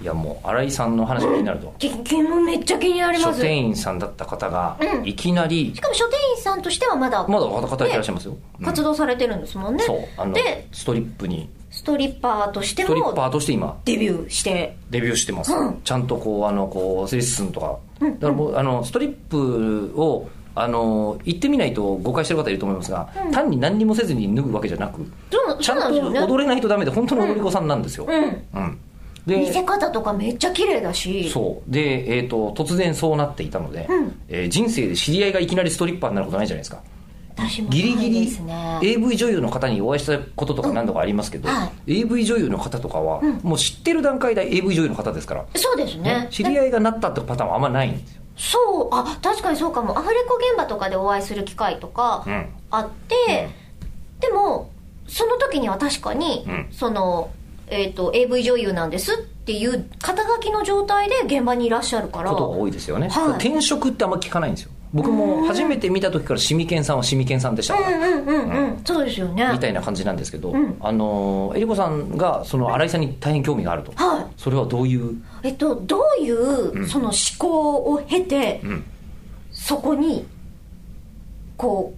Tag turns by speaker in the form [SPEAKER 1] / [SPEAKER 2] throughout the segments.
[SPEAKER 1] いやもう新井さんの話が気になると
[SPEAKER 2] 気気もめっちゃ気になりま
[SPEAKER 1] 書
[SPEAKER 2] すし
[SPEAKER 1] 店員さんだった方が
[SPEAKER 2] うん
[SPEAKER 1] いきなり、
[SPEAKER 2] かも書店員さんとしてはまだ
[SPEAKER 1] まだ働いてらっしゃいますよ、うん
[SPEAKER 2] 活動されてるんですもんね、
[SPEAKER 1] そうあの
[SPEAKER 2] で
[SPEAKER 1] ストリップに
[SPEAKER 2] ストリッパーとして
[SPEAKER 1] ストリッ
[SPEAKER 2] も
[SPEAKER 1] パーとして今
[SPEAKER 2] デビューして
[SPEAKER 1] デビューしてます、
[SPEAKER 2] うん
[SPEAKER 1] ちゃんとこうあのこうレッスンとか、
[SPEAKER 2] うん
[SPEAKER 1] だからもうあのストリップをあの行ってみないと誤解してる方いると思いますが、
[SPEAKER 2] うん
[SPEAKER 1] 単に何にもせずに脱ぐわけじゃなく
[SPEAKER 2] そう
[SPEAKER 1] ちゃ
[SPEAKER 2] そうなん
[SPEAKER 1] ん
[SPEAKER 2] で
[SPEAKER 1] と
[SPEAKER 2] すよね
[SPEAKER 1] 踊れないとダメで本当の踊り子さんなんですよ、
[SPEAKER 2] うん
[SPEAKER 1] うん
[SPEAKER 2] 見
[SPEAKER 1] で
[SPEAKER 2] せ方とかめっちゃ綺麗だし
[SPEAKER 1] そうで、えー、と突然そうなっていたので、
[SPEAKER 2] うん
[SPEAKER 1] えー人生で知り合いがいきなりストリッパーになることないじゃないですか
[SPEAKER 2] 私も
[SPEAKER 1] ギリギ
[SPEAKER 2] ない
[SPEAKER 1] リ
[SPEAKER 2] ですね
[SPEAKER 1] AV 女優の方にお会いしたこととか何度かありますけど、
[SPEAKER 2] うんは
[SPEAKER 1] AV 女優の方とかは、
[SPEAKER 2] うん
[SPEAKER 1] もう知ってる段階で AV 女優の方ですから、
[SPEAKER 2] そうですね
[SPEAKER 1] ね知り合いがなったってパターンはあんまないんですよ、
[SPEAKER 2] そうあ確かにそうかもアフレコ現場とかでお会いする機会とか
[SPEAKER 1] うん
[SPEAKER 2] あって、でもその時には確かに、
[SPEAKER 1] うん
[SPEAKER 2] その、えー、と AV 女優なんですっていう肩書きの状態で現場にいらっしゃるから
[SPEAKER 1] ことが多いですよね、
[SPEAKER 2] はい
[SPEAKER 1] 転職ってあんま聞かないんですよ僕も初めて見た時からシミケンさんはシミケンさんでしたから、
[SPEAKER 2] うんうんうんうん、そうですよね
[SPEAKER 1] みたいな感じなんですけど、
[SPEAKER 2] うん
[SPEAKER 1] あのーえりこさんがその新井さんに大変興味があると、
[SPEAKER 2] はい
[SPEAKER 1] それはどういう、
[SPEAKER 2] えっと、どういうその思考を経て、
[SPEAKER 1] ん
[SPEAKER 2] そこにこ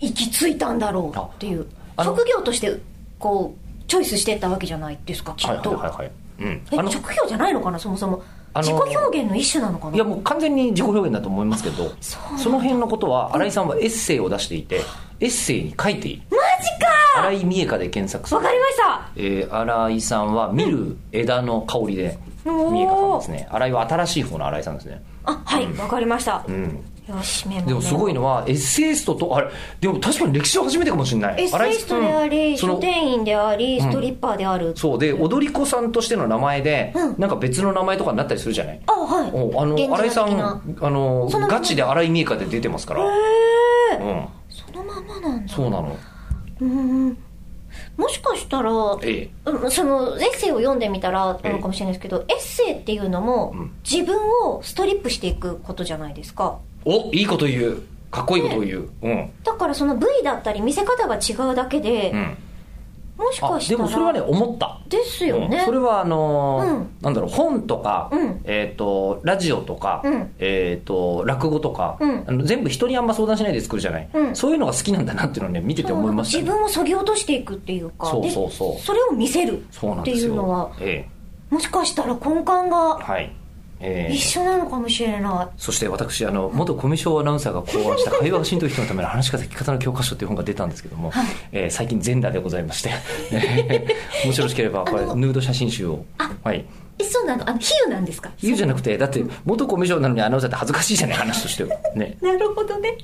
[SPEAKER 2] う行き着いたんだろうっていう
[SPEAKER 1] ああの
[SPEAKER 2] 職業としてこうチョイスしてったわけじゃないですかき
[SPEAKER 1] はい
[SPEAKER 2] っ
[SPEAKER 1] は
[SPEAKER 2] と、
[SPEAKER 1] いはいはいうん、
[SPEAKER 2] え
[SPEAKER 1] あの
[SPEAKER 2] 職業じゃないのかなそもそも
[SPEAKER 1] あの
[SPEAKER 2] 自己表現の一種なのかない
[SPEAKER 1] やもう完全に自己表現だと思いますけどそ
[SPEAKER 2] そ
[SPEAKER 1] う
[SPEAKER 2] なんだ
[SPEAKER 1] の辺のことは新井さんはエッセイを出していてエッセイに書いている
[SPEAKER 2] マジか
[SPEAKER 1] 新井三重香で検索す
[SPEAKER 2] わ
[SPEAKER 1] る
[SPEAKER 2] かりました
[SPEAKER 1] えー、新井さんは見る枝の香りで
[SPEAKER 2] おー
[SPEAKER 1] 三重香さんですね新井は新しい方の新井さんですね
[SPEAKER 2] あはいわかりました、
[SPEAKER 1] うん
[SPEAKER 2] よしメモ
[SPEAKER 1] でもすごい
[SPEAKER 2] の
[SPEAKER 1] のはエッセイストとあれでも確かに歴史は初めてかもしれない
[SPEAKER 2] エッセイストであ
[SPEAKER 1] 新井
[SPEAKER 2] り、
[SPEAKER 1] さんそ
[SPEAKER 2] 書
[SPEAKER 1] の
[SPEAKER 2] 店員でありストリッパーである、
[SPEAKER 1] そうで踊り子さんとしての名前で、
[SPEAKER 2] うん
[SPEAKER 1] なんか別の名前とかになったりするじゃない
[SPEAKER 2] あはい
[SPEAKER 1] おあの
[SPEAKER 2] 現実的な
[SPEAKER 1] 新井さんあの
[SPEAKER 2] そんな名前
[SPEAKER 1] ガチで新井美恵香で出てますから、うん、
[SPEAKER 2] そのままなんだ
[SPEAKER 1] そうなの
[SPEAKER 2] うんうんもしかしたら
[SPEAKER 1] え
[SPEAKER 2] うんそのエッセイを読んでみたらなのかもしれないですけど、エッセイっていうのも、
[SPEAKER 1] うん
[SPEAKER 2] 自分をストリップしていくことじゃないですか
[SPEAKER 1] えおいいこと言うかっこいいこと言う、
[SPEAKER 2] だからその部位だったり見せ方が違うだけで、
[SPEAKER 1] うん、うん、
[SPEAKER 2] もし
[SPEAKER 1] あ
[SPEAKER 2] かし
[SPEAKER 1] で
[SPEAKER 2] たら
[SPEAKER 1] もそれはね思った
[SPEAKER 2] ですよね、
[SPEAKER 1] うんそれはあのー
[SPEAKER 2] うん
[SPEAKER 1] なんだろう本とか、
[SPEAKER 2] うん
[SPEAKER 1] えっ、とラジオとか、
[SPEAKER 2] うん
[SPEAKER 1] えっ、と落語とか、
[SPEAKER 2] うん
[SPEAKER 1] あの全部人にあんま相談しないで作るじゃない、
[SPEAKER 2] うん
[SPEAKER 1] そういうのが好きなんだなっていうのをね見てて思いました
[SPEAKER 2] 自
[SPEAKER 1] ね
[SPEAKER 2] 分をそぎ落としていくっていうか
[SPEAKER 1] そうそうそう
[SPEAKER 2] でれを見せる
[SPEAKER 1] そうな
[SPEAKER 2] っ
[SPEAKER 1] ん
[SPEAKER 2] て
[SPEAKER 1] で
[SPEAKER 2] い
[SPEAKER 1] す
[SPEAKER 2] うのは
[SPEAKER 1] よえ
[SPEAKER 2] もしかしたら根幹
[SPEAKER 1] え
[SPEAKER 2] が
[SPEAKER 1] はいええ
[SPEAKER 2] 一緒なのかもしれな
[SPEAKER 1] そして私あの元コミュ障アナウンサーが考案した「会話がしんどい人のための話し方聞き方の教科書」という本が出たんですけども、えー最近全裸でございましてもしよろしければこれ
[SPEAKER 2] あの
[SPEAKER 1] ヌード写真集をはい
[SPEAKER 2] いえそうなのあの比喩なんですか
[SPEAKER 1] 言うじゃなくてだって元コミュ障なのにアナウンサーって恥ずかしいじゃない話としてはね
[SPEAKER 2] なるほどね